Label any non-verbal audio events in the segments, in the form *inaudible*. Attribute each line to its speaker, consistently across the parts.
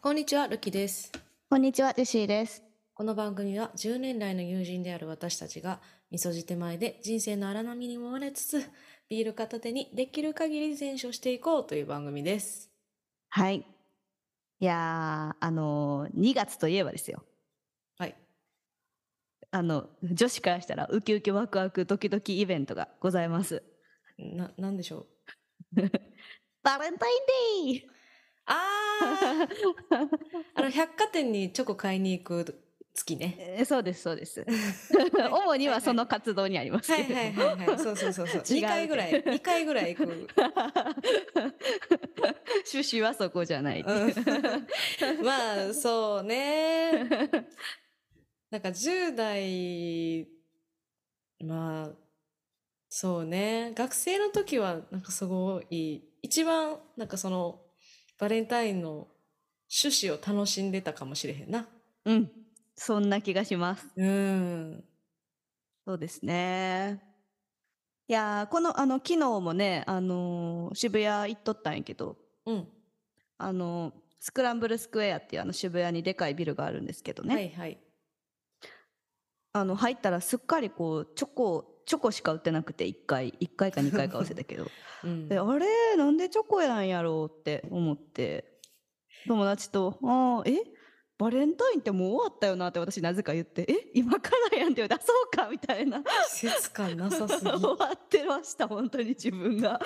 Speaker 1: こんにちは、ルキです。
Speaker 2: こんにちは、ジェシーです。
Speaker 1: この番組は10年来の友人である私たちが、味噌汁手前で人生の荒波に揉まれつつ、ビール片手にできる限り善処していこうという番組です。
Speaker 2: はい。いやー、あのー、2月といえばですよ。
Speaker 1: はい。
Speaker 2: あの、女子からしたら、ウキウキワクワクドキドキイベントがございます。
Speaker 1: な、なんでしょう。
Speaker 2: バレンタインデ
Speaker 1: あ *laughs* ー
Speaker 2: ー
Speaker 1: あの、百貨店にチョコ買いに行く月ね。
Speaker 2: えー *laughs* そうです、そうです。主にはその活動にあります
Speaker 1: は
Speaker 2: け
Speaker 1: いはい
Speaker 2: れども。
Speaker 1: はいはい。 *laughs* そうそうそうそう。
Speaker 2: 違う
Speaker 1: 2回ぐらい、2回ぐらい行く。
Speaker 2: *laughs* 趣旨はそこじ
Speaker 1: *laughs*
Speaker 2: ゃない。
Speaker 1: うんまあ、そうね。なんか10代、まあ、そうね。学生の時は、なんかすごい、一番、なんかその、バレンタインの趣旨を楽しんでたかもしれへんな。
Speaker 2: *laughs* うん。そんな気がします。
Speaker 1: うん。
Speaker 2: そうですね。いやー、この、あの、昨日もね、あのー渋谷行っとったんやけど、
Speaker 1: うん。
Speaker 2: あのスクランブルスクエアっていうあの渋谷にでかいビルがあるんですけどね、
Speaker 1: はいはい。
Speaker 2: あの入ったらすっかりこうチョコチョコしか売ってなくて1回1回か2回か忘れたけ *laughs* ど
Speaker 1: うん
Speaker 2: で。あれなんでチョコやんやろうって思って友達と「ああえバレンタインってもう終わったよな」って私なぜか言って「え今からやん」って言われてあそうか」みたいな
Speaker 1: 季節感なさ
Speaker 2: *laughs*
Speaker 1: すぎ
Speaker 2: 終。わってました本当に自分が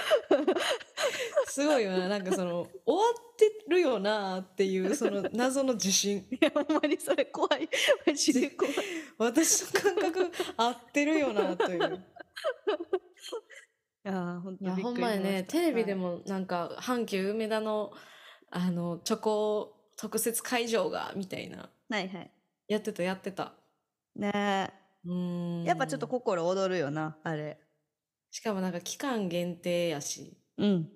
Speaker 1: すごいよな。なんかその、終わってるよなっていう、その謎の自信。
Speaker 2: いやほんまにそれ怖いマジで *laughs* 怖い
Speaker 1: 私の感覚合ってるよなという。
Speaker 2: いやー本
Speaker 1: い
Speaker 2: 当
Speaker 1: や
Speaker 2: びっ
Speaker 1: ほん
Speaker 2: くり
Speaker 1: ま
Speaker 2: し
Speaker 1: や
Speaker 2: ま
Speaker 1: ね
Speaker 2: した
Speaker 1: テレビ
Speaker 2: はい
Speaker 1: でもなんか阪急梅田のあのチョコ特設会場がみたいな
Speaker 2: はいはい
Speaker 1: やってたやってた。
Speaker 2: ねえ
Speaker 1: うーん
Speaker 2: やっぱちょっと心躍るよな、あれ。
Speaker 1: しかもなんか期間限定やし
Speaker 2: うん。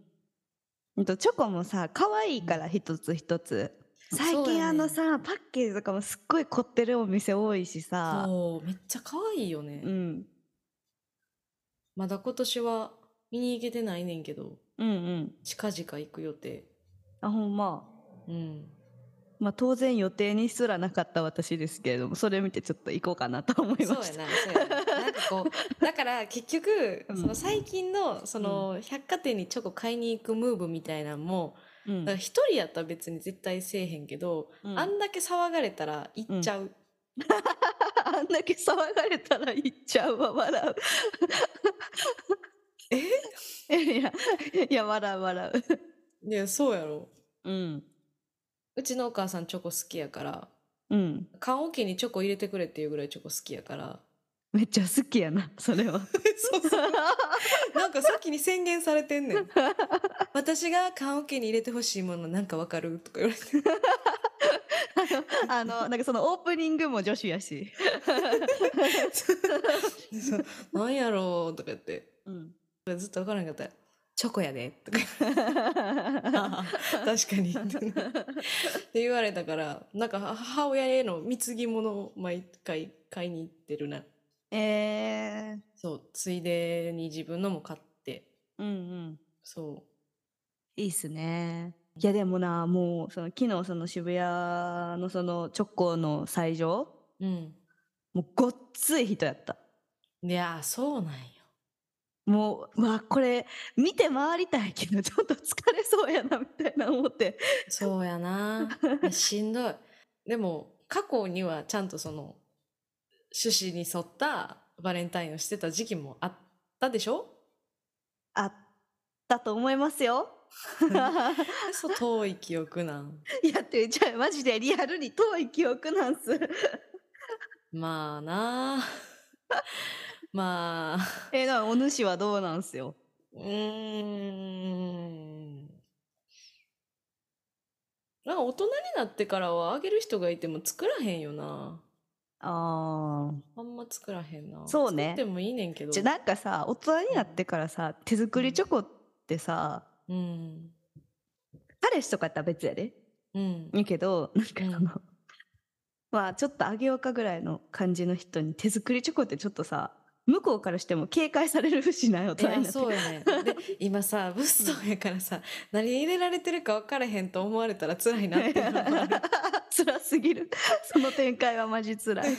Speaker 2: ほんとチョコもさ、可愛いから一つ一つ。最
Speaker 1: そうやね
Speaker 2: 近あのさ、パッケージとかもすっごい凝ってるお店多いしさ。
Speaker 1: そうめっちゃ可愛いよね、
Speaker 2: うん。
Speaker 1: まだ今年は見に行けてないねんけど
Speaker 2: うんうん。
Speaker 1: 近々行く予定
Speaker 2: あ、ほんま。
Speaker 1: うん
Speaker 2: まあ当然予定にすらなかった私ですけれども、それ見てちょっと行こうかなと思い
Speaker 1: そう
Speaker 2: ま
Speaker 1: やな
Speaker 2: し
Speaker 1: そう
Speaker 2: た。
Speaker 1: やななんかこ
Speaker 2: *laughs*
Speaker 1: うだから結局
Speaker 2: うん
Speaker 1: その最近のその百貨店にチョコ買いに行くムーブみたいなんも、
Speaker 2: う
Speaker 1: だ
Speaker 2: ん
Speaker 1: から一人やったら別に絶対せえへんけど、
Speaker 2: うん
Speaker 1: あんだけ騒がれたら行っちゃう、
Speaker 2: *laughs* あんだけ騒がれたら行っちゃうわ、
Speaker 1: *laughs*
Speaker 2: 笑う。 *laughs* いや、いや、笑う笑
Speaker 1: いやそうやろ
Speaker 2: う。うん。
Speaker 1: うちのお母さんチョコ好きやから
Speaker 2: うん。
Speaker 1: 缶オケにチョコ入れてくれっていうぐらいチョコ好きやから
Speaker 2: *laughs* めっちゃ好きやな、それ
Speaker 1: *laughs*
Speaker 2: は。
Speaker 1: そうそうなんか先に宣言されてんねん私が缶オケに入れてほしいものなんかわかるとか言われ
Speaker 2: *laughs*
Speaker 1: て
Speaker 2: あの、なんかそのオープニングも女子やし。
Speaker 1: そうなんやろうとか言って
Speaker 2: うん。
Speaker 1: ずっとわからんかったらチョコやで
Speaker 2: *laughs*
Speaker 1: とか
Speaker 2: あ
Speaker 1: 確かにって言われたからなんか母親への貢ぎ物を毎回買いに行ってるな
Speaker 2: *laughs* えー、
Speaker 1: そうついでに自分のも買って
Speaker 2: うんうん。
Speaker 1: そ
Speaker 2: いいっすね。いやでもな、もう、その昨日その渋谷のその直行の斎場、
Speaker 1: ううん
Speaker 2: もうごっつい人やった。
Speaker 1: いやーそうなんよ
Speaker 2: もう、うわ、これ、見て回りたいけど、ちょっと疲れそうやな、みたいな思って。
Speaker 1: そうやないやしんどいでも過去にはちゃんとその趣旨に沿ったバレンタインをしてた時期もあったでしょ
Speaker 2: あったと思いますよ。
Speaker 1: そう遠い記憶なん
Speaker 2: *laughs* いやって、じゃあマジでリアルに遠い記憶なんす。
Speaker 1: まあなあまあ
Speaker 2: えー、だからお主はどうなんすよ。
Speaker 1: うーん。なんか大人になってからはあげる人がいても作らへんよな。
Speaker 2: ああ。
Speaker 1: あんま作らへんな。
Speaker 2: そうね
Speaker 1: 作ってもいいねんけど。
Speaker 2: じゃなんかさ大人になってからさ手作りチョコってさ、
Speaker 1: うん。
Speaker 2: 彼氏とかやったら別やで
Speaker 1: うん。
Speaker 2: やけどなん
Speaker 1: う
Speaker 2: か
Speaker 1: ん
Speaker 2: その、まあちょっとあげようかぐらいの感じの人に手作りチョコってちょっとさ向こうからしても警戒されるしなよ
Speaker 1: い
Speaker 2: と
Speaker 1: やそうやねで今さ物騒やからさ何入れられてるか分からへんと思われたら辛いなっていうのもある
Speaker 2: *laughs* 辛すぎるその展開はマジ辛
Speaker 1: *laughs*
Speaker 2: い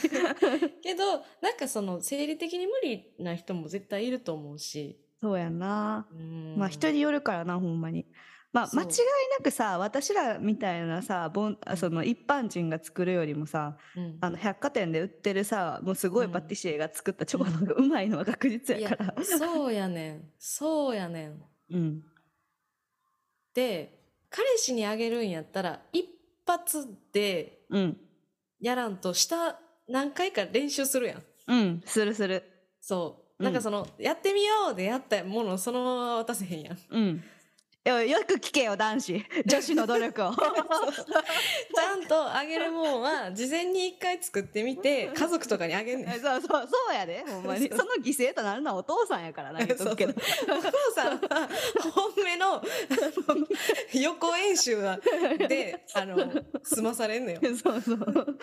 Speaker 1: けどなんかその生理的に無理な人も絶対いると思うし
Speaker 2: そうやな
Speaker 1: うん
Speaker 2: まあ人によるからなほんまに。まあ、
Speaker 1: そう
Speaker 2: 間違いなくさ私らみたいなさぼんあその一般人が作るよりもさ
Speaker 1: うん
Speaker 2: あの百貨店で売ってるさもうすごい
Speaker 1: うん
Speaker 2: パティシエが作ったチョコの方がうまいのは確実
Speaker 1: い
Speaker 2: や
Speaker 1: や
Speaker 2: から。
Speaker 1: そうやねんそうやねん
Speaker 2: うん、
Speaker 1: で彼氏にあげるんやったら一発で
Speaker 2: うん、
Speaker 1: やらんと下何回か練習するやん
Speaker 2: うん、するする。
Speaker 1: そう
Speaker 2: うん
Speaker 1: なんかその、やってみようでやったものをそのまま渡せへん
Speaker 2: *laughs*
Speaker 1: やんち
Speaker 2: うん。いやよく聞けよ男
Speaker 1: *laughs*
Speaker 2: 子女子の努力 *laughs* を
Speaker 1: ゃんとあげるもんは事前に一回作ってみて家族とかにあげんねん
Speaker 2: *laughs* そうそうそうやでほんまにその犠牲となるのはお父さんやからな言っとくけど
Speaker 1: お父さんは本目のあの予行演習はであの済まされんのよ
Speaker 2: そうそう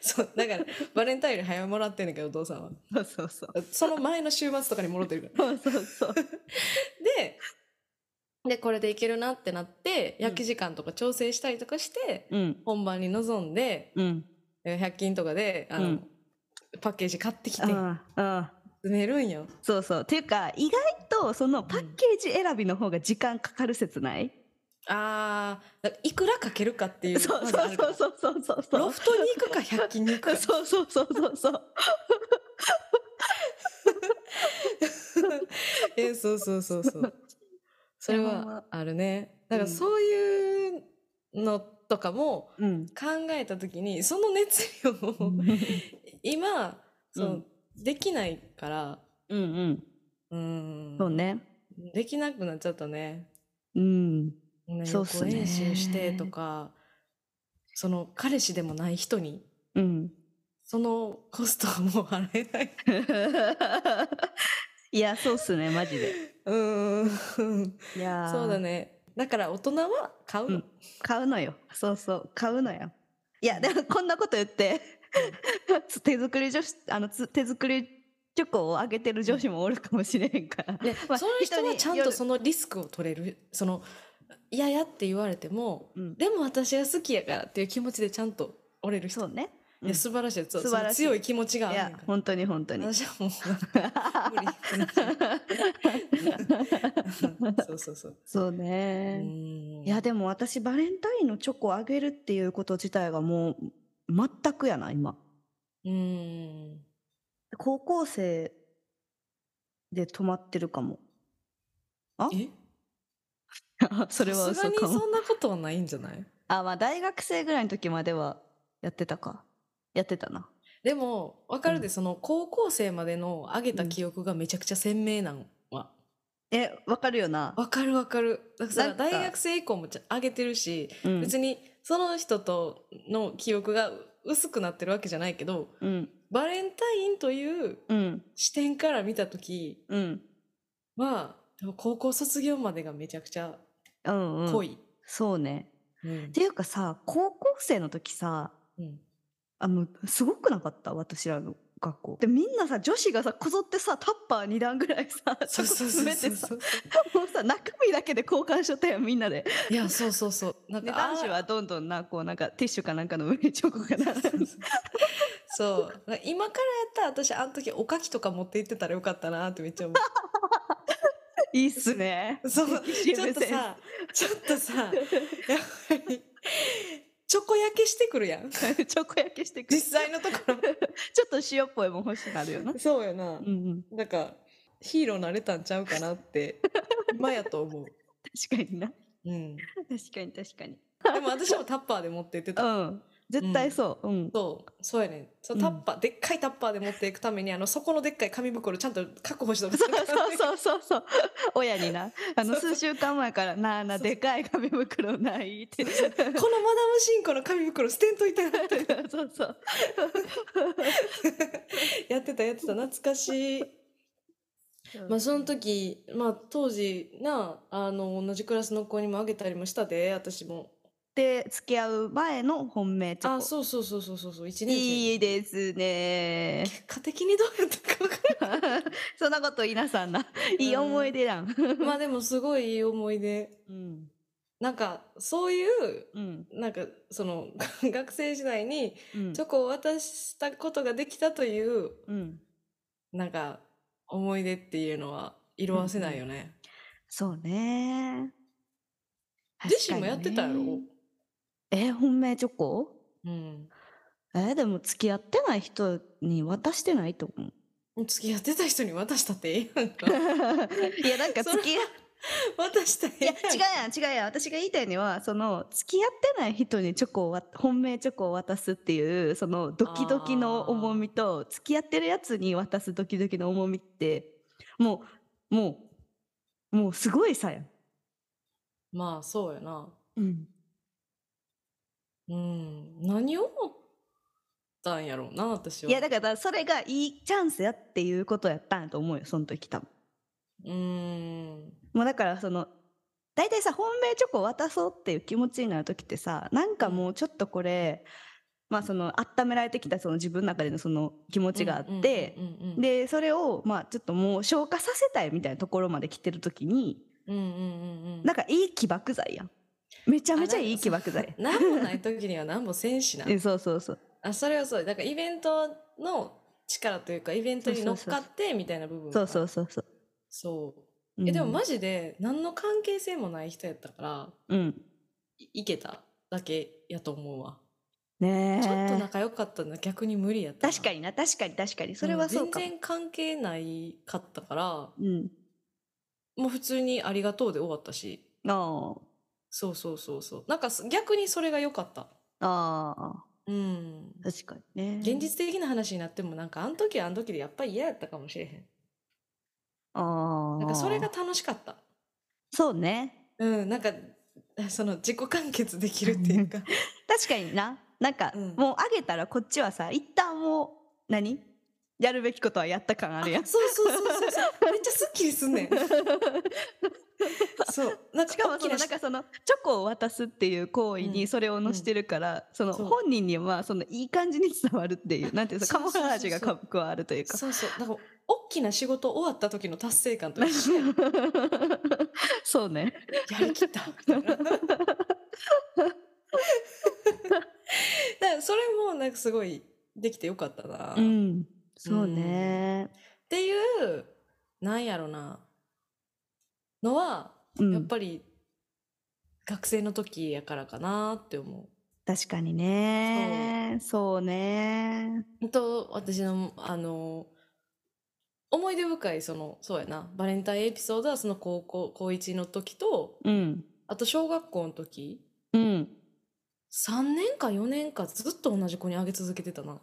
Speaker 1: そうだからバレンタインより早めもらってんねんけどお父さんは
Speaker 2: *laughs* そうそうそう
Speaker 1: その前の週末とかに戻ってるから
Speaker 2: そうそうそう
Speaker 1: ででこれでいけるなってなって焼き時間とか調整したりとかして、
Speaker 2: うん
Speaker 1: 本番に臨んで
Speaker 2: うん
Speaker 1: え100均とかであの、
Speaker 2: うん
Speaker 1: パッケージ買ってきて詰
Speaker 2: ああ
Speaker 1: めるんよ。
Speaker 2: そうそうっていうか意外とそのパッケージ選びの方が時間かかる説ない、
Speaker 1: あーだからいくらかけるかっていう
Speaker 2: そう
Speaker 1: まず
Speaker 2: そ
Speaker 1: あ
Speaker 2: う
Speaker 1: るから
Speaker 2: そうそうそうそう
Speaker 1: ロフトに行くか100均に行くか
Speaker 2: そうそうそうそうそう
Speaker 1: えそうそうそうそうそれはあるねだからそういうのとかも
Speaker 2: うん
Speaker 1: 考えた時にその熱量を今そうの
Speaker 2: ん
Speaker 1: できないから
Speaker 2: うんうん
Speaker 1: うん
Speaker 2: そうね
Speaker 1: できなくなっちゃったね
Speaker 2: うんそうっすね
Speaker 1: 予行演習してとかその彼氏でもない人に
Speaker 2: うん
Speaker 1: そのコストはもう払えない
Speaker 2: いやそうっすねマジで
Speaker 1: うん
Speaker 2: いや
Speaker 1: *laughs*
Speaker 2: ー
Speaker 1: そうだねだから大人は買うの、
Speaker 2: うん買うのよそうそう買うのよいやでもこんなこと言って手作り女子あのつ手作りチョコをあげてる女子もおるかもしれへんから、
Speaker 1: で、
Speaker 2: まあ
Speaker 1: その人はちゃんと
Speaker 2: 人による
Speaker 1: そのリスクを取れるその嫌やって言われても
Speaker 2: うん、
Speaker 1: でも私は好きやからっていう気持ちでちゃんと折れる人
Speaker 2: そうね
Speaker 1: いや素晴らしいそう
Speaker 2: 素晴らしい
Speaker 1: その強い気持ちがあ
Speaker 2: い
Speaker 1: るんや
Speaker 2: や
Speaker 1: から
Speaker 2: 本当に本当に
Speaker 1: 私はもう無理ってなっちゃ
Speaker 2: *laughs*
Speaker 1: う *laughs* そうそうそう
Speaker 2: *laughs* そう
Speaker 1: う
Speaker 2: ね、
Speaker 1: ん
Speaker 2: いやでも私バレンタインのチョコあげるっていうこと自体がもう全くやな今
Speaker 1: うん
Speaker 2: 高校生で止まってるかも
Speaker 1: え
Speaker 2: *laughs* それは
Speaker 1: さすが
Speaker 2: 嘘
Speaker 1: に
Speaker 2: か
Speaker 1: そ
Speaker 2: も
Speaker 1: んなことはないんじゃない
Speaker 2: あまあ大学生ぐらいの時まではやってたかやってたな
Speaker 1: でもわかるで、
Speaker 2: うん
Speaker 1: その高校生までの上げた記憶がめちゃくちゃ鮮明なんは
Speaker 2: えわかるよな
Speaker 1: わかるわかるだから
Speaker 2: なんか
Speaker 1: 大学生以降もちゃ上げてるし、
Speaker 2: うん
Speaker 1: 別にその人との記憶が薄くなってるわけじゃないけど
Speaker 2: うん
Speaker 1: バレンタインという
Speaker 2: うん
Speaker 1: 視点から見た時
Speaker 2: うん
Speaker 1: はでも高校卒業までがめちゃくちゃ
Speaker 2: うんうん
Speaker 1: 濃い。
Speaker 2: そうね
Speaker 1: うん
Speaker 2: っていうかさ高校生の時さ
Speaker 1: うん
Speaker 2: あのすごくなかった私らの学校でみんなさ女子がさこぞってさタッパー2段ぐらいさち
Speaker 1: そうそ
Speaker 2: ょっと
Speaker 1: うそう
Speaker 2: 詰め
Speaker 1: そ
Speaker 2: て
Speaker 1: う
Speaker 2: さ
Speaker 1: そう
Speaker 2: *laughs* もうさ中身だけで交換しとったやんみんなで
Speaker 1: いやそうそうそうなん
Speaker 2: で
Speaker 1: か
Speaker 2: 男子
Speaker 1: あ
Speaker 2: はどんどんなこうなんかティッシュかなんかの上にチョコかな
Speaker 1: *laughs* そうなんか今からやったら私あの時おかきとか持って行ってたらよかったなってめっちゃ思
Speaker 2: いいっすね
Speaker 1: う *laughs* そうちょっと
Speaker 2: CM
Speaker 1: さちょっとさやっぱりチョコ焼けしてくるやん
Speaker 2: センスチョコ焼けしてくる
Speaker 1: 実際のところ
Speaker 2: ちょっと塩っぽいもん欲しくなるよ
Speaker 1: *laughs*
Speaker 2: な。
Speaker 1: そうやな
Speaker 2: うんうん、
Speaker 1: なんかヒーローなれたんちゃうかなって今やと思う、
Speaker 2: 確かにな。
Speaker 1: うん、で
Speaker 2: 確かに確かに。
Speaker 1: も私もタッパーで持って行ってた
Speaker 2: うん。絶対そう。うん。
Speaker 1: そうそうやねんそう
Speaker 2: うん
Speaker 1: タッパー、でっかいタッパーで持っていくためにあの底のでっかい紙袋ちゃんと確保し *laughs* とく
Speaker 2: そうそうそうそうそう。親にな。あの、数週間前から、なあなあ、でかい紙袋ないって。
Speaker 1: このマダムシンコの紙袋捨てんといたな
Speaker 2: *laughs* そうそう。
Speaker 1: やってたやってた懐かしい、まあ、その時、まあ、当時なあの同じクラスの子にもあげたりもしたで私も
Speaker 2: で、付き合う前の本命チョコ。
Speaker 1: あそうそうそうそうそうそう1年生
Speaker 2: いいですね。
Speaker 1: 結果的にどうやったか分からん
Speaker 2: そんなこと言いなさんな。いい思い出やん。
Speaker 1: まあでもすごいいい思い出。
Speaker 2: うん。
Speaker 1: なんか、そういう、
Speaker 2: うん。
Speaker 1: なんか、その、 *laughs* 学生時代に
Speaker 2: うん
Speaker 1: チョコを渡したことができたという、
Speaker 2: うん。
Speaker 1: なんか、思い出っていうのは色褪せないよね。
Speaker 2: そうね。
Speaker 1: 自身もやってたや
Speaker 2: 確かに
Speaker 1: ろ
Speaker 2: ね。え、本命チョコ
Speaker 1: うん。
Speaker 2: え、でも付き合ってない人に渡してないと思う。
Speaker 1: 付き合ってた人に渡したってええやんか。
Speaker 2: *laughs* いや、なんか付き合っ
Speaker 1: 渡したらえ
Speaker 2: い
Speaker 1: え
Speaker 2: や、
Speaker 1: や
Speaker 2: 違
Speaker 1: んか。
Speaker 2: うやん、違うやん。私が言いたいのは、その、付き合ってない人にチョコをわ、本命チョコを渡すっていう、その、ドキドキの重みと、付き合ってるやつに渡すドキドキの重みって、もう、もう、もうすごいさやん。
Speaker 1: まあ、そうやな。
Speaker 2: うん。
Speaker 1: うん。何を思ったんやろうな、私は。
Speaker 2: いや、だから、それがいいチャンスやっていうことやったんやと思うよ、その時多分。
Speaker 1: うーん。
Speaker 2: もうだから、その、大体さ、本命チョコ渡そうっていう気持ちになる時ってさ、なんかもうちょっとこれ、まあその、温められてきたその自分の中でのその気持ちがあって、
Speaker 1: うんうんうんうん、
Speaker 2: でそれをまあちょっともう消化させたいみたいなところまで来てる時に
Speaker 1: うんうんうんうん。
Speaker 2: なんかいい起爆剤やんめちゃめちゃいい起爆剤。
Speaker 1: なんもない時にはなんもせんしな
Speaker 2: え *laughs* そうそうそう
Speaker 1: あ、それはそう。だからイベントの力というか、イベントに乗っかってみたいな部分。
Speaker 2: そうそううそうそう
Speaker 1: そう。
Speaker 2: うん
Speaker 1: え、でもマジで何の関係性もない人やったから、
Speaker 2: うん
Speaker 1: いいけただけやと思うわ。
Speaker 2: ねえ
Speaker 1: ちょっと仲良かったのは逆に無理やったな。
Speaker 2: 確かにな確かに確かにそれはそうかも
Speaker 1: 全然関係ないかったから、
Speaker 2: うん
Speaker 1: もう普通にありがとうで終わったし。
Speaker 2: あ
Speaker 1: そうそうそうそう。なんかす逆にそれが良かった。
Speaker 2: ああ
Speaker 1: うん。
Speaker 2: あ確かにね
Speaker 1: 現実的な話になってもなんかあの時はあの時でやっぱり嫌やったかもしれへん。
Speaker 2: ああ
Speaker 1: なんかそれが楽しかった。
Speaker 2: そうね
Speaker 1: うん、なんか *laughs* その自己完結できるって
Speaker 2: *laughs*
Speaker 1: いうか。
Speaker 2: 確かにななんか、
Speaker 1: うん
Speaker 2: もうあげたらこっちはさ一旦もう何やるべきことはやった感あるやん
Speaker 1: そうそうそうそうそう。めっちゃスッキリすん
Speaker 2: *laughs*
Speaker 1: ねん。そう。なんか
Speaker 2: しか
Speaker 1: 大
Speaker 2: も
Speaker 1: き
Speaker 2: その
Speaker 1: な
Speaker 2: なんかそのチョコを渡すっていう行為
Speaker 1: うん
Speaker 2: にそれを載してるから、その
Speaker 1: そう
Speaker 2: 本人にはそのいい感じに伝わるっていうなんていうの
Speaker 1: そ
Speaker 2: カ
Speaker 1: うそうそうそう
Speaker 2: モフラージュがか加わるというか
Speaker 1: そうそう。なんか大きな仕事終わった時の達成感と一緒
Speaker 2: そうね
Speaker 1: やりきったみたいなだからそれもなんかすごいできてよかったな、
Speaker 2: う
Speaker 1: っ
Speaker 2: んそうね
Speaker 1: ていうなんやろなのは
Speaker 2: うん、
Speaker 1: やっぱり学生の時やからかなって思
Speaker 2: 確かにねそうね
Speaker 1: う。あと私のあの思い出深いそのそうやなバレンタインエピソードはその高校高1の時と
Speaker 2: うん
Speaker 1: あと小学校の時
Speaker 2: うん
Speaker 1: 3年か4年かずっと同じ子にあげ続けてたな。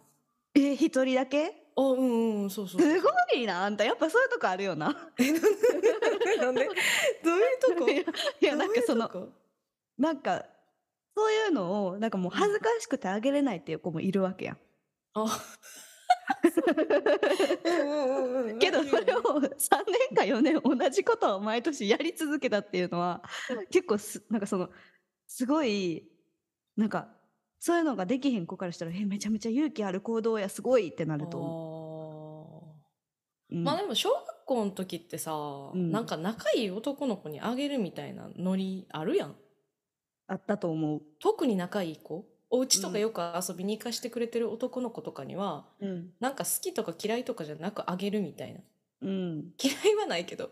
Speaker 2: え一人だけ
Speaker 1: あ、うんうん、そうそうそう。
Speaker 2: すごいなあんたやっぱそういうとこあるよな *laughs*
Speaker 1: なんでどういうとこ
Speaker 2: いやいやなんかその
Speaker 1: どういうとこ
Speaker 2: なんかそういうのをなんかもう恥ずかしくてあげれないっていう子もいるわけやん *laughs*
Speaker 1: あ、うんうんうんうん
Speaker 2: けどそれを3年か4年同じことを毎年やり続けたっていうのは結構すなんかそのすごいなんかそういうのができへん子からしたらえめちゃめちゃ勇気ある行動やすごいってなると思う。う
Speaker 1: あー
Speaker 2: ん
Speaker 1: まあでも小学校の時ってさ、
Speaker 2: うん
Speaker 1: なんか仲いい男の子にあげるみたいなノリあるやん。
Speaker 2: あったと思う。
Speaker 1: 特に仲いい子。お家と
Speaker 2: う
Speaker 1: か
Speaker 2: ん
Speaker 1: よく遊びに行かしてくれてる男の子とかには、
Speaker 2: うん
Speaker 1: なんか好きとか嫌いとかじゃなくあげるみたいな。
Speaker 2: うん、
Speaker 1: 嫌いはないけど。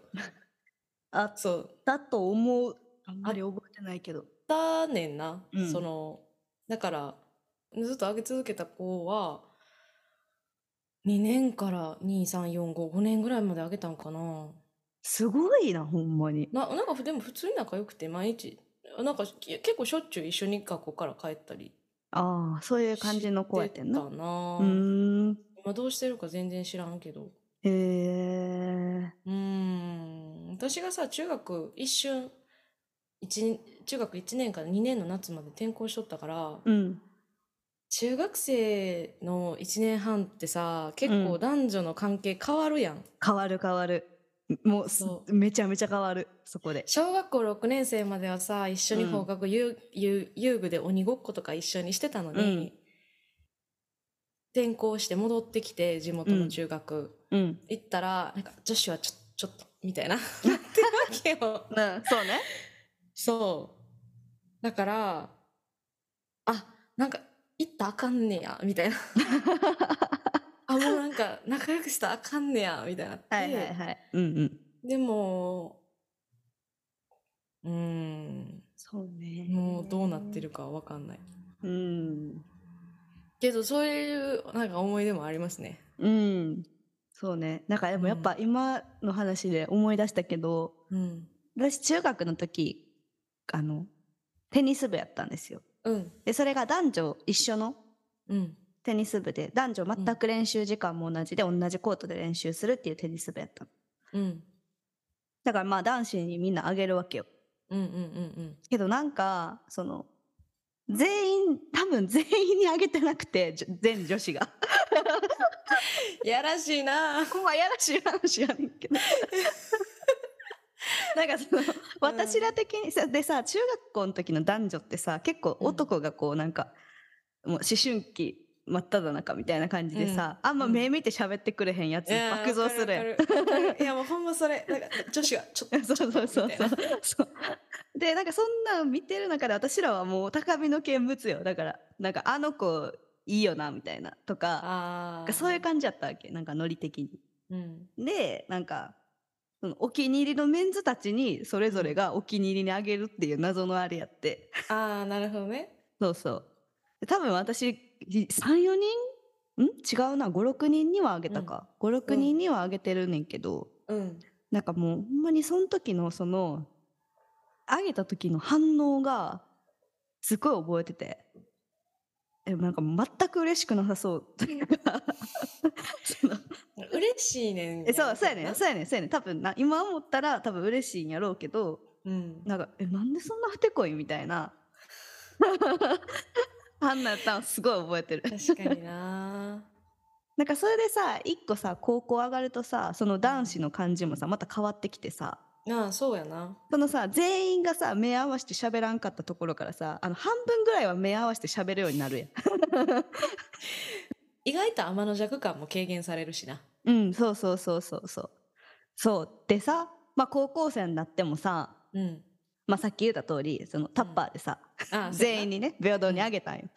Speaker 2: あっ
Speaker 1: そう。
Speaker 2: たと思うあんまり覚えてないけど。
Speaker 1: ったねんな、
Speaker 2: うん
Speaker 1: そのだからずっと上げ続けた子は2年から23455年ぐらいまで上げたんかな
Speaker 2: すごいなほんまに。
Speaker 1: ななんかでも普通に仲良くて毎日なんかけ結構しょっちゅう一緒に学校から帰ったり
Speaker 2: ああそういう感じの子やっ
Speaker 1: してて
Speaker 2: んな。
Speaker 1: た
Speaker 2: う
Speaker 1: な
Speaker 2: ーん
Speaker 1: 今どうしてるか全然知らんけど
Speaker 2: へえ
Speaker 1: うーん私がさ中学一瞬一中学1年から2年の夏まで転校しとったから
Speaker 2: うん
Speaker 1: 中学生の1年半ってさ結
Speaker 2: う
Speaker 1: 構
Speaker 2: ん
Speaker 1: 男女の関係変わるやん、
Speaker 2: 変わる変わる。もうす
Speaker 1: そ
Speaker 2: めちゃめちゃ変わるそこで。
Speaker 1: 小学校6年生まではさ一緒に放課後遊,遊、遊具で鬼ごっことか一緒にしてたのに、転校して戻ってきて地元の中学、
Speaker 2: うん。
Speaker 1: 行ったらなんか女子はちょちょっとみ
Speaker 2: *laughs*
Speaker 1: たいななってるわけよ。
Speaker 2: うん、そうね。
Speaker 1: そうだからあなんか行ったらあかんねやみたい
Speaker 2: *laughs*
Speaker 1: なあもうなんか仲良くしたらあかんねやみたいなって
Speaker 2: はいはいはい。うんうん。
Speaker 1: でもうーん
Speaker 2: そうね。
Speaker 1: もうどうなってる。かわかんない
Speaker 2: うん。
Speaker 1: けどそういうなんか思い出もありますね
Speaker 2: うん。そうね。なんかでもやっぱ今の話で思い出したけど、
Speaker 1: うん
Speaker 2: 私中学の時、あの、テニス部やったんですよ。
Speaker 1: うん
Speaker 2: で、それが男女一緒の
Speaker 1: うん
Speaker 2: テニス部で、男女全く練習時間も同じで、同じコートで練習するっていうテニス部やったの。
Speaker 1: うん
Speaker 2: だからまあ男子にみんなあげるわけよ。
Speaker 1: うんうんうん
Speaker 2: けどなんか、その、全員、多分全員にあげてなくて、じょ全女 *laughs* 子が。
Speaker 1: うんやらしいな
Speaker 2: ここはやらしい話やねんけ *laughs* ど。なんかその、私ら的にさ、でさ、中学校の時の男女ってさ、結構
Speaker 1: うん
Speaker 2: 男がこうなんか、もう思春期真っ只中みたいな感じでさ、あんま目見て喋ってくれへんやつ、
Speaker 1: いや
Speaker 2: *laughs* 爆増するやん。
Speaker 1: わかるわかるわかるいやもうほんまそれなんか女子がちょっと
Speaker 2: *laughs* そうそうそうそう
Speaker 1: みたいな
Speaker 2: そうでなんかそんなん見てる中で私らはもう高みの見物よだからなんかあの子いいよなみたいなとか
Speaker 1: あ
Speaker 2: なん
Speaker 1: あ
Speaker 2: かそういう感じやったわけなんかノリ的に。
Speaker 1: うん
Speaker 2: でなんかそのお気に入りのメンズたちにそれぞれがお気に入りにあげるっていう謎のあれやって
Speaker 1: ああなるほどね
Speaker 2: そうそうで多分私34人ん違うな56人にはあげたか、56人にはあげてるねんけど。
Speaker 1: うん
Speaker 2: なんかもうほんまにその時のそのあげた時の反応がすごい覚えててえなんか全く嬉しくなさそうというかその
Speaker 1: 嬉しいねん
Speaker 2: えそうそうやねん
Speaker 1: な
Speaker 2: そうやねんそうやねん多分な今思ったら多分嬉しいんやろうけど
Speaker 1: うん
Speaker 2: なんかえなんでそんなふてこいみたいな *laughs* あんなんやったんすごい覚えてる
Speaker 1: 確かにな *laughs*
Speaker 2: なんかそれでさ一個さ高校上がるとさその男子の感じもさまた変わってきてさ、
Speaker 1: なあそうやな
Speaker 2: そのさ全員がさ目合わせて喋らんかったところからさあの半分ぐらいは目合わせて喋るようになるやん。
Speaker 1: 意外と天の弱感も軽減されるしな
Speaker 2: *laughs* うんそうそうそうそうそう。そうでさ、まあ、高校生になってもさ、
Speaker 1: うん
Speaker 2: まあ、さっき言った通りそのタッパーでさ、
Speaker 1: ああ
Speaker 2: 全員
Speaker 1: に
Speaker 2: にね平等にあげたんよ。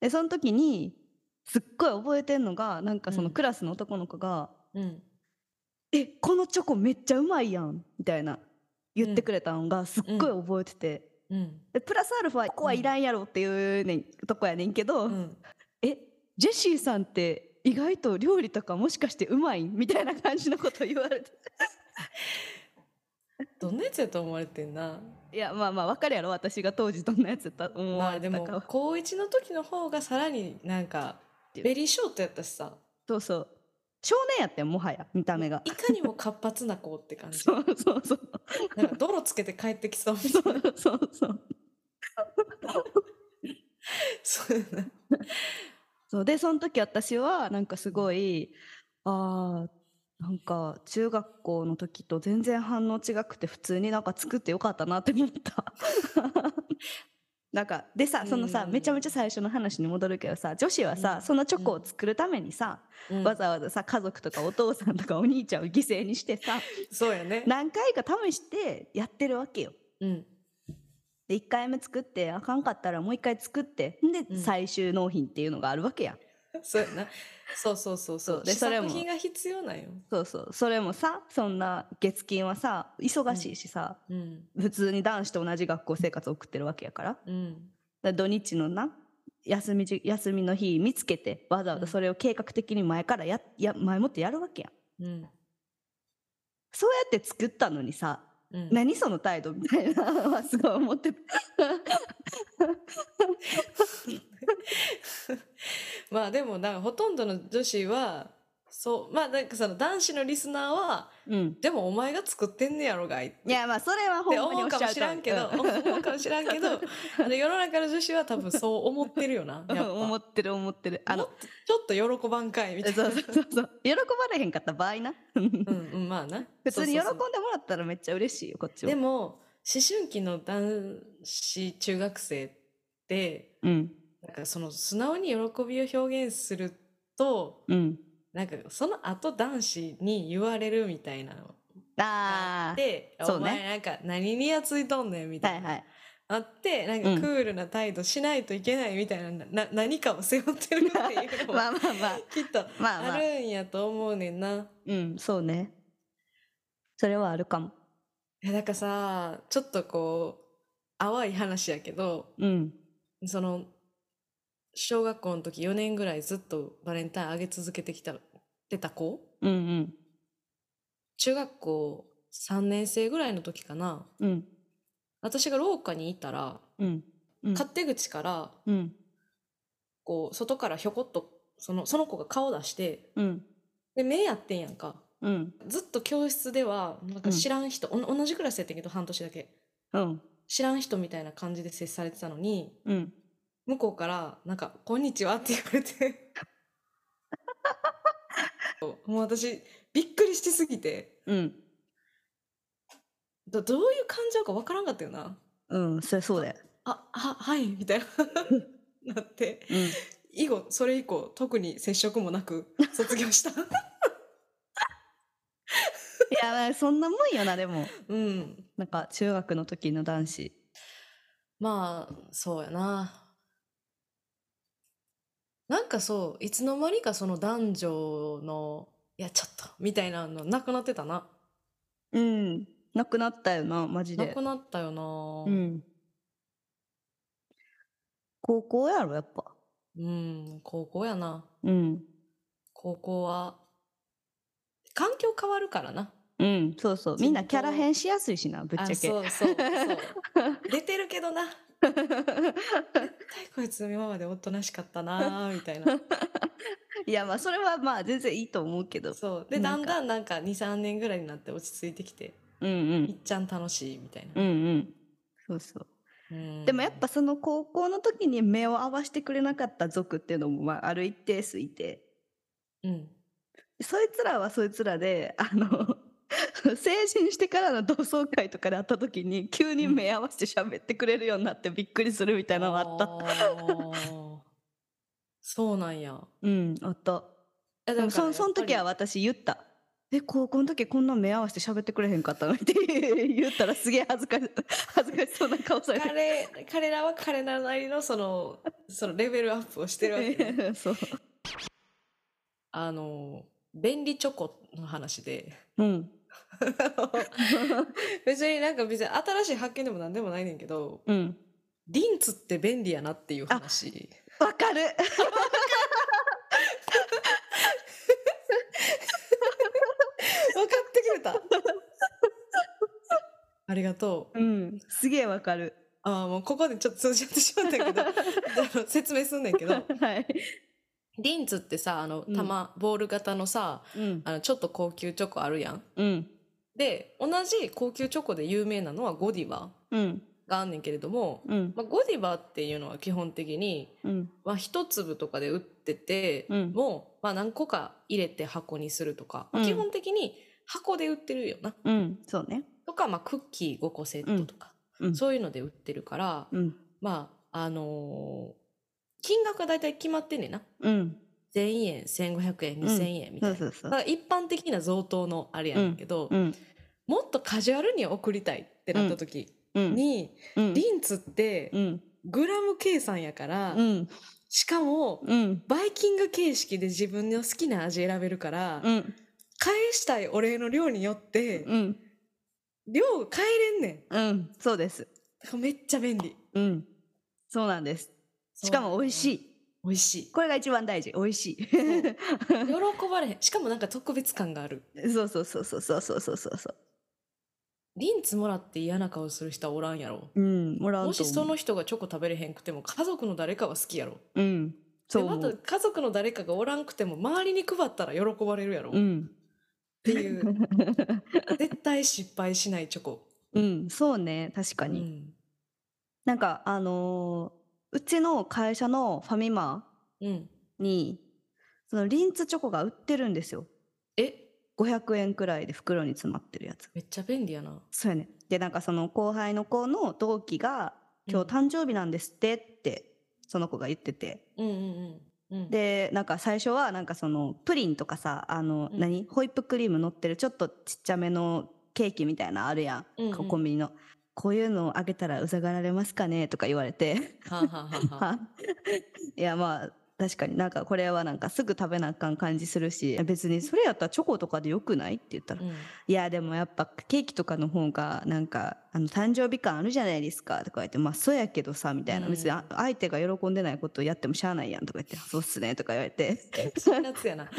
Speaker 2: でその時にすっごい覚えてんのがなんかその
Speaker 1: うん
Speaker 2: クラスの男の子が
Speaker 1: うん
Speaker 2: 「えこのチョコめっちゃうまいやん」みたいな言ってくれたのがすっごい覚えてて。
Speaker 1: うん
Speaker 2: でプラスアルファここはいらんやろっていうねん、とこやねんけど、
Speaker 1: うん
Speaker 2: えジェシーさんって意外と料理とかもしかしてうまいみたいな感じのこと言われて *laughs*
Speaker 1: どんなやつやと思われてんない
Speaker 2: やまあまあわかるやろ私が当時どんなやつだと思
Speaker 1: ま
Speaker 2: わ
Speaker 1: あ
Speaker 2: れて
Speaker 1: で
Speaker 2: たかは、
Speaker 1: も高一の時の方がさらになんかベリーショートやったしさ
Speaker 2: そうそう少年やってんもはや見た目が
Speaker 1: いかにも活発な子って感じ
Speaker 2: *laughs* そうそうそう
Speaker 1: なんか泥つけて帰ってきそうみたいな
Speaker 2: そうそうそう
Speaker 1: *laughs* そうやな。
Speaker 2: そうでその時私はなんかすごいあーなんか中学校の時と全然反応違くて普通になんか作ってよかったなって思った *laughs* なんかでさそのさ
Speaker 1: うん
Speaker 2: めちゃめちゃ最初の話に戻るけどさ女子はさ、
Speaker 1: うん
Speaker 2: そのチョコを作るためにさ、わざわざさ家族とかお父さんとかお兄ちゃんを犠牲にしてさ
Speaker 1: そうやね。
Speaker 2: 何回か試してやってるわけよ。
Speaker 1: うん。
Speaker 2: で1回目作ってあかんかったらもう1回作ってんで、
Speaker 1: うん
Speaker 2: 最終納品っていうのがあるわけやん
Speaker 1: *laughs* そうやな。そうそうそうそ
Speaker 2: そう
Speaker 1: う。
Speaker 2: で
Speaker 1: で、
Speaker 2: そ
Speaker 1: そ
Speaker 2: れ
Speaker 1: れ
Speaker 2: も
Speaker 1: も。品が必要なんよ。
Speaker 2: そうそう。それもさ、そんな月金はさ、忙しいしさ、
Speaker 1: うん。
Speaker 2: 普通に男子と同じ学校生活を送ってるわけやから。だか
Speaker 1: うん。
Speaker 2: ら土日のな、休みじ、休みの日見つけて、わざわざそれを計画的に前からや、や、前もってやるわけやん。
Speaker 1: うん。
Speaker 2: そうやって作ったのにさ、
Speaker 1: うん、
Speaker 2: 何その態度みたいな *laughs* のはすごい思ってた。
Speaker 1: まあでもなんかほとんどの女子はそうまあなんかその男子のリスナーは
Speaker 2: うん。
Speaker 1: でもお前が作ってんねやろがいって
Speaker 2: いや、まあ、それは
Speaker 1: って
Speaker 2: ほんま
Speaker 1: 思
Speaker 2: にお
Speaker 1: う
Speaker 2: っしゃ
Speaker 1: か
Speaker 2: る
Speaker 1: もしらんけど、
Speaker 2: 通り
Speaker 1: 思うかもしらんけどあの世の中の女子は多分
Speaker 2: *laughs*
Speaker 1: そう思ってるよな
Speaker 2: うん
Speaker 1: やっ
Speaker 2: うん思
Speaker 1: ぱ
Speaker 2: ってる思ってる。あ
Speaker 1: あの
Speaker 2: の、
Speaker 1: ちょっと喜ばんかいみ
Speaker 2: そ
Speaker 1: た
Speaker 2: う
Speaker 1: いな
Speaker 2: そうそうそう。喜ばれへんかった場合な。
Speaker 1: うんうんまあな
Speaker 2: 普通に喜んで
Speaker 1: そうそうそう
Speaker 2: もらったらめっちゃ嬉しいよ、こっちは。
Speaker 1: でも思春期の男子中学生って
Speaker 2: うん。
Speaker 1: なんかその素直に喜びを表現すると
Speaker 2: うん。
Speaker 1: なんかその後男子に言われるみたいなのがあ
Speaker 2: あ
Speaker 1: って「
Speaker 2: あーそ
Speaker 1: お
Speaker 2: うね
Speaker 1: 前なんか何にやついとんねん」み
Speaker 2: あ。
Speaker 1: た
Speaker 2: はいい
Speaker 1: な、
Speaker 2: はい。
Speaker 1: あってなん
Speaker 2: う
Speaker 1: か
Speaker 2: ん
Speaker 1: クールな態度しないといけないみたいな,、な何かを背負ってるっていうの
Speaker 2: *laughs* ま
Speaker 1: は
Speaker 2: あまあまあ。
Speaker 1: きっと
Speaker 2: まあま
Speaker 1: あ
Speaker 2: あ。
Speaker 1: るんやと思うねんな。
Speaker 2: うん、そうね。それはあるかも。
Speaker 1: いやなんかさちょっとこう淡い話やけど
Speaker 2: うん。
Speaker 1: その小学校の時4年ぐらいずっとバレンタインあげ続けてきたてた子
Speaker 2: うんうん。
Speaker 1: 中学校3年生ぐらいの時かな
Speaker 2: うん。
Speaker 1: 私が廊下にいたら
Speaker 2: うん。うん。
Speaker 1: 勝手口から
Speaker 2: うん。
Speaker 1: こう外からひょこっとそのその子が顔出して
Speaker 2: うん。
Speaker 1: で目やってんやんか
Speaker 2: うん。
Speaker 1: ずっと教室ではなんか知らん人、おん同じクラスやってんけど半年だけ
Speaker 2: うん。
Speaker 1: 知らん人みたいな感じで接されてたのに
Speaker 2: うん。
Speaker 1: 向こうからなんか「こんにちは」って言われて
Speaker 2: *laughs*
Speaker 1: もう私びっくりしすぎて
Speaker 2: うん。
Speaker 1: どどういう感情かわからんかったよな
Speaker 2: うん。そりゃそうだよ。
Speaker 1: 「あははい」みたいななって
Speaker 2: うん。
Speaker 1: 以後それ以降特に接触もなく卒業した
Speaker 2: いやまあそんなもんよなでも
Speaker 1: *laughs* うん
Speaker 2: なんか中学の時の男子
Speaker 1: まあそうやななんかそういつの間にかその男女のいやちょっとみたいなのなくなってたな
Speaker 2: うんなくなったよなマジ
Speaker 1: な
Speaker 2: で
Speaker 1: くなったよな
Speaker 2: うん高校やろやっぱ
Speaker 1: うん、高校やな。
Speaker 2: うん
Speaker 1: 高校は、環境変わるからな。
Speaker 2: うんそうそうみんな
Speaker 1: 人口
Speaker 2: キャラ変しやすいしなぶっちゃけ
Speaker 1: あ、そうそう *laughs* そう。出てるけどな。絶対こいつ今までおとなしかったな
Speaker 2: *laughs*
Speaker 1: ーみたいな。
Speaker 2: いやまあそれはまあ全然いいと思うけど
Speaker 1: そう。で、
Speaker 2: な
Speaker 1: だ
Speaker 2: ん
Speaker 1: ん
Speaker 2: か
Speaker 1: だんなんか2、3年ぐらいになって落ち着いてきて、
Speaker 2: うんう
Speaker 1: いっ
Speaker 2: ん
Speaker 1: ちゃん楽しいみたい
Speaker 2: うん
Speaker 1: な。
Speaker 2: うんそうそう
Speaker 1: うん
Speaker 2: でもやっぱ、その高校の時に目を合わせてくれなかった族っていうのもまあある一定数いて
Speaker 1: うん。
Speaker 2: そいつらはそいつらで、あの、 *laughs* 成人してからの同窓会とかで会った時に急に目合わせて喋ってくれるようになってびっくりするみたいなのはあった。
Speaker 1: った。そうなんや。
Speaker 2: うん、あった。
Speaker 1: え、
Speaker 2: で
Speaker 1: だ
Speaker 2: も
Speaker 1: から
Speaker 2: そその時は
Speaker 1: やっぱ
Speaker 2: 私言った。え、高校の時こんな目合わせて喋ってくれへんかったのにって言ったらすげえ恥ずかし、恥ずかしそうな顔され
Speaker 1: り
Speaker 2: て。
Speaker 1: 彼、彼らは彼らなりのその、そのレベルアップをしてるわ
Speaker 2: *laughs*
Speaker 1: けね。
Speaker 2: そう。
Speaker 1: あの便利チョコの話で
Speaker 2: うん。
Speaker 1: 別になんか別に新しい発見でも何でもないねんけど
Speaker 2: うん。
Speaker 1: リンツって便利やなっていう話
Speaker 2: わかる。
Speaker 1: 分かってくれたありがとう
Speaker 2: うん。すげえわかる。
Speaker 1: あーもうここでちょっと通じ合ってしまったけどあの説明すんねんけど
Speaker 2: はい。
Speaker 1: リンツってさあの
Speaker 2: うん
Speaker 1: 玉、ボール型のさ
Speaker 2: うん。
Speaker 1: あのちょっと高級チョコあるやん
Speaker 2: うん。
Speaker 1: で同じ高級チョコで有名なのはゴディバ
Speaker 2: うん。
Speaker 1: があんねんけれども、
Speaker 2: うん。
Speaker 1: まあ、ゴディバっていうのは基本的に
Speaker 2: うん。
Speaker 1: まあ、一粒とかで売ってて、
Speaker 2: うん
Speaker 1: もう、まあ、何個か入れて箱にするとか、まあ
Speaker 2: うん
Speaker 1: 基本的に箱で売ってるよな
Speaker 2: うん。そうね。
Speaker 1: とか、まあ、クッキー5個セットとか、
Speaker 2: うん
Speaker 1: そういうので売ってるから、
Speaker 2: うん。
Speaker 1: まああのー金額は大体決まってんねんな
Speaker 2: うん。
Speaker 1: 1,000円1,500円
Speaker 2: うん
Speaker 1: 2,000円みた
Speaker 2: そ
Speaker 1: いうな、
Speaker 2: そうそう
Speaker 1: だ。から一般的な贈答のあれやねんけど、
Speaker 2: うん。
Speaker 1: もっとカジュアルに送りたいってなった時
Speaker 2: うん。
Speaker 1: に、
Speaker 2: うん。
Speaker 1: リンツって
Speaker 2: うん。
Speaker 1: グラム計算やから、
Speaker 2: うん。
Speaker 1: しかも
Speaker 2: うん。
Speaker 1: バイキング形式で自分の好きな味選べるから、
Speaker 2: うん。
Speaker 1: 返したいお礼の量によって、
Speaker 2: うん。
Speaker 1: 量が変えれんねん。
Speaker 2: うん。そうです。
Speaker 1: だからめっちゃ便利。
Speaker 2: うん。そうなんです。しかも美味し
Speaker 1: い。
Speaker 2: い。
Speaker 1: 美味しい。
Speaker 2: これが一番大事。美味し
Speaker 1: *laughs* 喜ばれへん。しかもなんか特別感がある。
Speaker 2: い。 *laughs* そうそうそうそうそうそうそうそうそ
Speaker 1: リンツもらって嫌な顔する人はおらんやろ。
Speaker 2: う。うん。もらうと思う。
Speaker 1: もしその人がチョコ食べれへんくても家族の誰かは好きやろ。
Speaker 2: うん。そう
Speaker 1: でま
Speaker 2: 思
Speaker 1: た
Speaker 2: う。
Speaker 1: 家族の誰かがおらんくても周りに配ったら喜ばれるやろ。
Speaker 2: う
Speaker 1: っ
Speaker 2: ん。
Speaker 1: ていう、
Speaker 2: *laughs*
Speaker 1: 絶対失敗しないチョコ。
Speaker 2: うん。そうね。確か
Speaker 1: う
Speaker 2: に。
Speaker 1: ん。
Speaker 2: なんかあのーうちの会社のファミマ
Speaker 1: うん。
Speaker 2: にそのリンツチョコが売ってるんですよ。
Speaker 1: え、
Speaker 2: 500円くらいで袋に詰まってるやつ。
Speaker 1: めっちゃ便利やな。
Speaker 2: そうやね。で、なんかその後輩の子の同期が、今日
Speaker 1: 日、
Speaker 2: 誕生日なんですってって、その子が言ってて。
Speaker 1: うんうんうんうん、
Speaker 2: でなんか最初はなんかそのプリンとかさあの、
Speaker 1: うん
Speaker 2: 何ホイップクリーム乗ってるちょっとちっちゃめのケーキみたいなのあるやん、
Speaker 1: うんうん
Speaker 2: コンビニのこういうのをあげたらうざがられますかねとか言われて
Speaker 1: はあ、はあはあは
Speaker 2: *laughs*
Speaker 1: あ、
Speaker 2: いやまあ確かになんかこれはなんかすぐ食べなあかん感じするし別にそれやったらチョコとかでよくないって言ったら、
Speaker 1: う
Speaker 2: い
Speaker 1: ん
Speaker 2: やでもやっぱケーキとかの方がなんかあの誕生日感あるじゃないですかとか言ってまあそうやけどさみたいな、
Speaker 1: うん
Speaker 2: 別にあ相手が喜んでないことやってもしゃあないやんとか言ってそうっすねとか言われて
Speaker 1: 辛辣やな。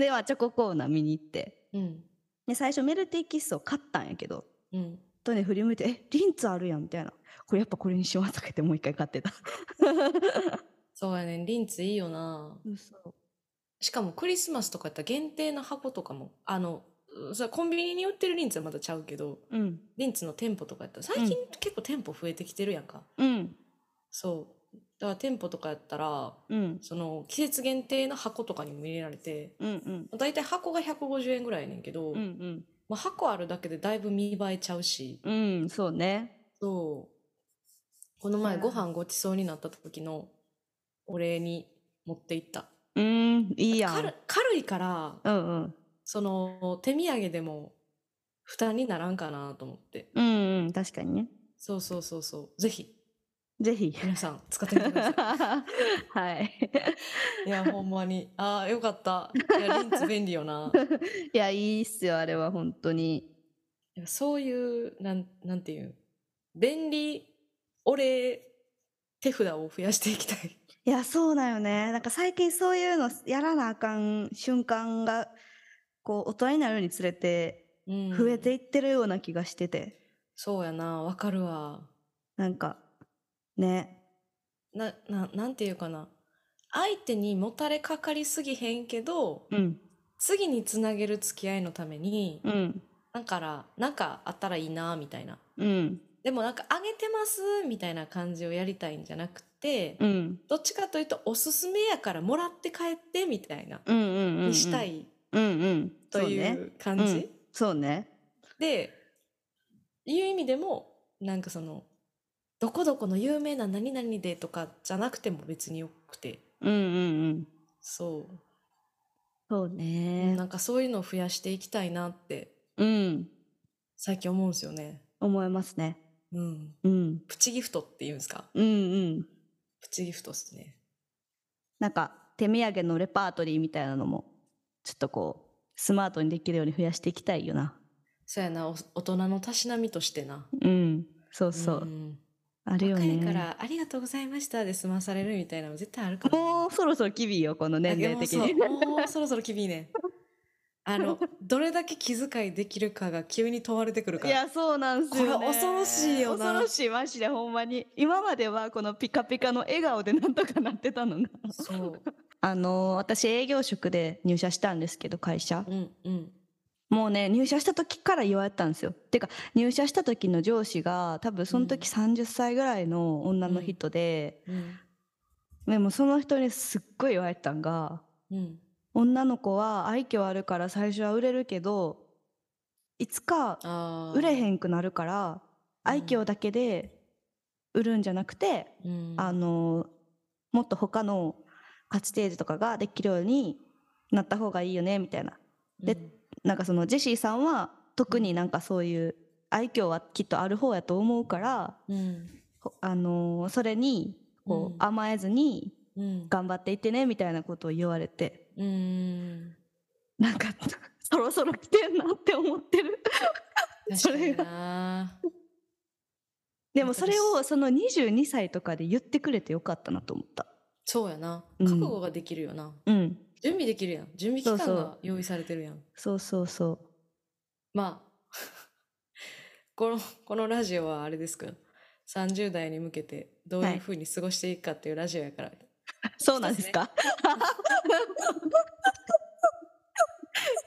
Speaker 2: でまあチョココーナー見に行って
Speaker 1: うん。
Speaker 2: で最初メルティーキッスを買ったんやけど
Speaker 1: うん。
Speaker 2: とね振り向いて「えリンツあるやん」みたいな「これやっぱこれにしよう」とか言ってもう一回買ってた。
Speaker 1: そうやね。リンツいいよな。しかもクリスマスとかやったら限定の箱とかも、あの、うんそれコンビニに売ってるリンツはまだちゃうけど、
Speaker 2: うん
Speaker 1: リンツの店舗とかやったら、最近結構店舗増えてきてるやんか。
Speaker 2: うん
Speaker 1: そう。だから店舗とかやったら、
Speaker 2: うん
Speaker 1: その季節限定の箱とかにも入れられて、
Speaker 2: うんうん
Speaker 1: だいたい箱が150円ぐらいやねんけど、
Speaker 2: うんうん
Speaker 1: まあ、箱あるだけでだいぶ見栄えちゃうし、
Speaker 2: うん、そうね。
Speaker 1: そう。この前
Speaker 2: そう
Speaker 1: ご飯ごちそうになった時のお礼に持って行った。
Speaker 2: うーん、いいやん。
Speaker 1: 軽軽いから、
Speaker 2: うんうん。
Speaker 1: その手土産でも負担にならんかなと思って。
Speaker 2: うんうん、確かにね。
Speaker 1: そうそうそうそう。ぜひ
Speaker 2: ぜひ。
Speaker 1: 皆さん使ってみてくださ
Speaker 2: はい。 *laughs*
Speaker 1: い。いや、ほんまに。ああ、よかった。いや、リンツ便利よな。
Speaker 2: いや、いいっすよ、あれは、本当に。
Speaker 1: いやそういう、なん、なんていうん便利、お礼、手札を増やしていきたい。
Speaker 2: いや、そうだよね。なんか最近そういうのやらなあかん瞬間が、こう、大人になるにつれて、
Speaker 1: うん
Speaker 2: 増えていってるような気がしてて。
Speaker 1: そうやな、わかるわ。
Speaker 2: なんか、ね。
Speaker 1: な、な、なんていうかな。相手にもたれかかりすぎへんけど、
Speaker 2: うん、
Speaker 1: 次につなげる付き合いのために、
Speaker 2: うん、
Speaker 1: だから、なんかあったらいいな、みたいな。
Speaker 2: うん、
Speaker 1: でもなんか、あげてます、みたいな感じをやりたいんじゃなくて、
Speaker 2: うん、
Speaker 1: どっちかというと、おすすめやからもらって帰って、みたいな、
Speaker 2: うん、うん、うん。
Speaker 1: にした。い
Speaker 2: うん、うん。
Speaker 1: と
Speaker 2: そう
Speaker 1: い
Speaker 2: ね。
Speaker 1: う感
Speaker 2: う
Speaker 1: じ
Speaker 2: ん。そうね。
Speaker 1: で、いう意味でも、なんかその、どこどこの有名な何々でとかじゃなくても別によくて、
Speaker 2: うん、うん、うん。
Speaker 1: そう。
Speaker 2: そうね
Speaker 1: な。んかそういうのを増やしていきたいなって
Speaker 2: うん、
Speaker 1: 最近思うんですよね。
Speaker 2: 思いますね。
Speaker 1: うん。
Speaker 2: うん、
Speaker 1: プチギフトって言うんですか
Speaker 2: うん、うん。
Speaker 1: プチギフトっすね。
Speaker 2: なんか手土産のレパートリーみたいなのも、ちょっとこう、スマートにできるように増やしていきたいよな。
Speaker 1: そうやな、お大人のたしなみとしてな。
Speaker 2: うん、そうそう。
Speaker 1: ん
Speaker 2: あるよ
Speaker 1: 若い
Speaker 2: ね。
Speaker 1: から、ありがとうございましたで済まされるみたいなの絶対あるからな。
Speaker 2: もうそろそろ厳しいよ、この *laughs* 年齢的
Speaker 1: あで
Speaker 2: に。
Speaker 1: もそうもうそろそろ厳いね。あの、どれだけ気遣いできるかが急に問われてくるか
Speaker 2: い
Speaker 1: ら。
Speaker 2: や、そうなんすよ、ね。
Speaker 1: これ恐ろしいよな
Speaker 2: 恐ろしい、マジで、ほんまに。今までは、このピカピカの笑顔でなんとかなってたのが。
Speaker 1: そう。
Speaker 2: あのー私営業職で入社したんですけど、会社。
Speaker 1: うんうん。
Speaker 2: もうね、入社した時から言われてたんですよ。てか、入社した時の上司が、多分その時30歳ぐらいの女の人で、
Speaker 1: うん。
Speaker 2: でもその人にすっごい言われてたんが、
Speaker 1: うん。
Speaker 2: 女の子は愛嬌あるから最初は売れるけど、いつか
Speaker 1: ああ。
Speaker 2: 売れへんくなるか
Speaker 1: う
Speaker 2: ら、
Speaker 1: ん
Speaker 2: 愛嬌だけで売るんじゃなくて、
Speaker 1: うん。
Speaker 2: あの、もっと他の活テージとかができるようになった方がいいよね、みたいな。
Speaker 1: うん、
Speaker 2: でなんかそのジェシーさんは特になんかそういう愛嬌はきっとある方やと思うから、
Speaker 1: うん。
Speaker 2: ほあのーそれにこ
Speaker 1: うん
Speaker 2: う甘えずに
Speaker 1: うん。
Speaker 2: 頑張っていってねみたいなことを言われて
Speaker 1: うん。
Speaker 2: なんか *laughs* そろそろ来てんなって思ってるそれが
Speaker 1: 確かにな
Speaker 2: でもそれをその22歳とかで言ってくれてよかったなと思った
Speaker 1: そうやな
Speaker 2: うん
Speaker 1: 覚悟ができるよな、
Speaker 2: うん
Speaker 1: 準備できるやん準備期間
Speaker 2: そうそ
Speaker 1: が
Speaker 2: う
Speaker 1: 用意されてるやん
Speaker 2: そうそう
Speaker 1: *laughs*
Speaker 2: そ
Speaker 1: まあ *laughs* このこのラジオはあれですけど30代に向けてどう
Speaker 2: は
Speaker 1: いう
Speaker 2: い
Speaker 1: ふうに過ごしていくかっていうラジオやから、 *laughs*
Speaker 2: うそうなんですか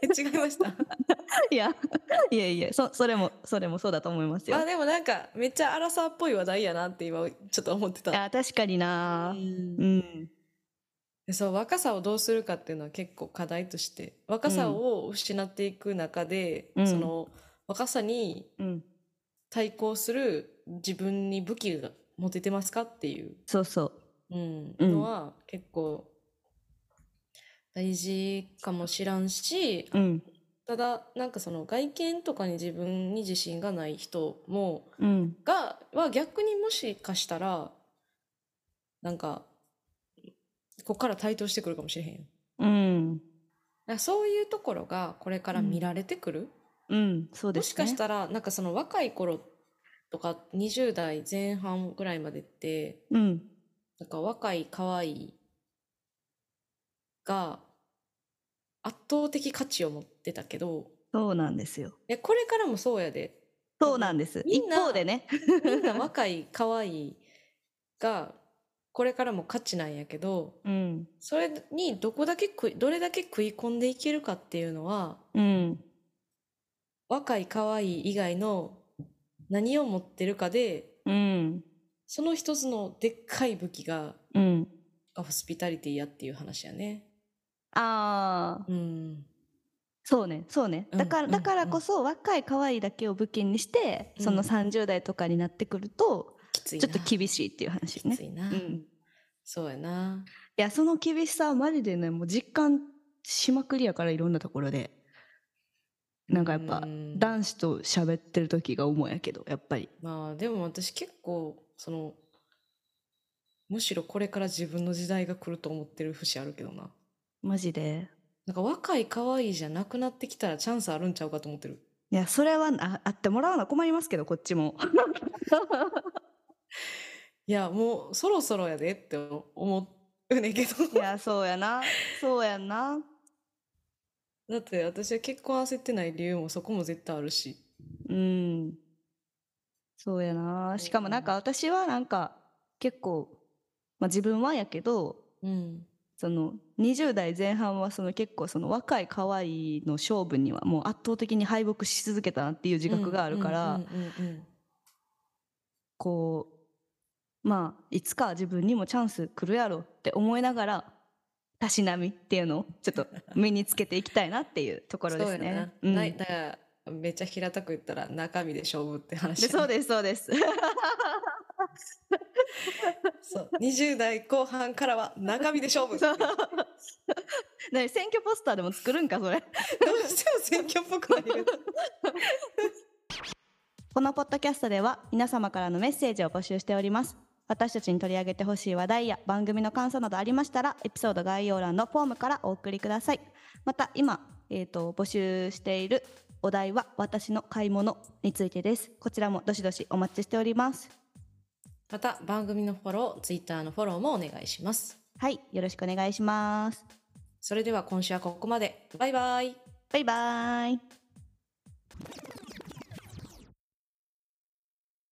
Speaker 1: え違いました
Speaker 2: *laughs* いやいやいやそそれもそれもそうだと思いますよ
Speaker 1: あでもなんかめっちゃ荒さっぽい話題やなって今ちょっと思ってた
Speaker 2: あ確かにな
Speaker 1: うん
Speaker 2: うん
Speaker 1: でそう若さをどうするかっていうのは結構課題として若さを失っていく中で、
Speaker 2: うん
Speaker 1: その若さに
Speaker 2: うん
Speaker 1: 対抗する自分に武器が持ててますかっていう
Speaker 2: そうそ
Speaker 1: う
Speaker 2: う
Speaker 1: ん
Speaker 2: うん
Speaker 1: のは結構大事かもしらんし
Speaker 2: うん
Speaker 1: ただなんかその外見とかに自分に自信がない人も
Speaker 2: うん
Speaker 1: がは逆にもしかしたらなんかここから台頭してくるかもしれへんよ
Speaker 2: うん
Speaker 1: だからそういうところがこれから見られてくる、
Speaker 2: うんそうで
Speaker 1: もし
Speaker 2: すね
Speaker 1: かしたらなんかその若い頃とか20代前半ぐらいまでって
Speaker 2: うん
Speaker 1: なんか若い可愛いが圧倒的価値を持ってたけど
Speaker 2: そうなんですよ
Speaker 1: えこれからもそうやで
Speaker 2: そうなんです
Speaker 1: み
Speaker 2: 一
Speaker 1: んな
Speaker 2: 方でね
Speaker 1: みんな若い可愛いがこれからも価値なんやけど
Speaker 2: うん
Speaker 1: それにどこだけ食いどれだけ食い込んでいけるかっていうのは
Speaker 2: うん
Speaker 1: 若い可愛い以外の何を持ってるかで
Speaker 2: うん
Speaker 1: その一つのでっかい武器が
Speaker 2: うん
Speaker 1: ホスピタリティやっていう話やね。
Speaker 2: ああ
Speaker 1: うん、
Speaker 2: そうねそうね
Speaker 1: うん
Speaker 2: だから、
Speaker 1: うん
Speaker 2: だからこそ若い可愛いだけを武器にして、その
Speaker 1: うん
Speaker 2: 30代とかになってくると
Speaker 1: きついな。
Speaker 2: ちょっと厳しいっていう話ね
Speaker 1: きついな、
Speaker 2: うん、い
Speaker 1: そうやな。
Speaker 2: やその厳しさはマジでねもう実感しまくりやからいろんなところでなんかやっぱ
Speaker 1: うん
Speaker 2: 男子と喋ってる時が主やけどやっぱり
Speaker 1: まあでも私結構そのむしろこれから自分の時代が来ると思ってる節あるけどな。
Speaker 2: マジで
Speaker 1: なんか若い可愛いじゃなくなってきたらチャンスあるんちゃうかと思ってる。
Speaker 2: いやそれはああってもらうのは困りますけどこっちも
Speaker 1: いやもうそろそろやでって思うねんけど。
Speaker 2: *laughs* いやそうやなそうやんな
Speaker 1: だって私は結婚焦ってない理由もそこも絶対あるし。
Speaker 2: うん。そうやな。しかもなんか私はなんか結構、まあ自分はやけど、
Speaker 1: うん。
Speaker 2: その20代前半はその結構その若い可愛いの勝負にはもう圧倒的に敗北し続けたなっていう自覚があるから、
Speaker 1: うんうんうんうん
Speaker 2: こう、まあいつか自分にもチャンス来るやろって思いながら、たしなみっていうのをちょっと身につけていきたいなっていうところです
Speaker 1: そうや
Speaker 2: ね
Speaker 1: な。
Speaker 2: うん
Speaker 1: ないだからめっちゃ平たく言ったら中身で勝負って話
Speaker 2: で
Speaker 1: やな
Speaker 2: そうです、そうです。 *laughs*
Speaker 1: そう20代後半からは中身で勝負ってどう
Speaker 2: ね選挙ポスターでも作るんかそれ
Speaker 1: しても選挙っぽくなる
Speaker 2: このポッドキャストでは皆様からのメッセージを募集しております私たちに取り上げてほしい話題や番組の感想などありましたらエピソード概要欄のフォームからお送りくださいまた今、えー、と募集しているお題は私の買い物についてですこちらもどしどしお待ちしております
Speaker 1: *laughs* また番組のフォローツイッターのフォローもお願いします
Speaker 2: はいよろしくお願いします
Speaker 1: それでは今週はここまでバイバイ
Speaker 2: バイバイ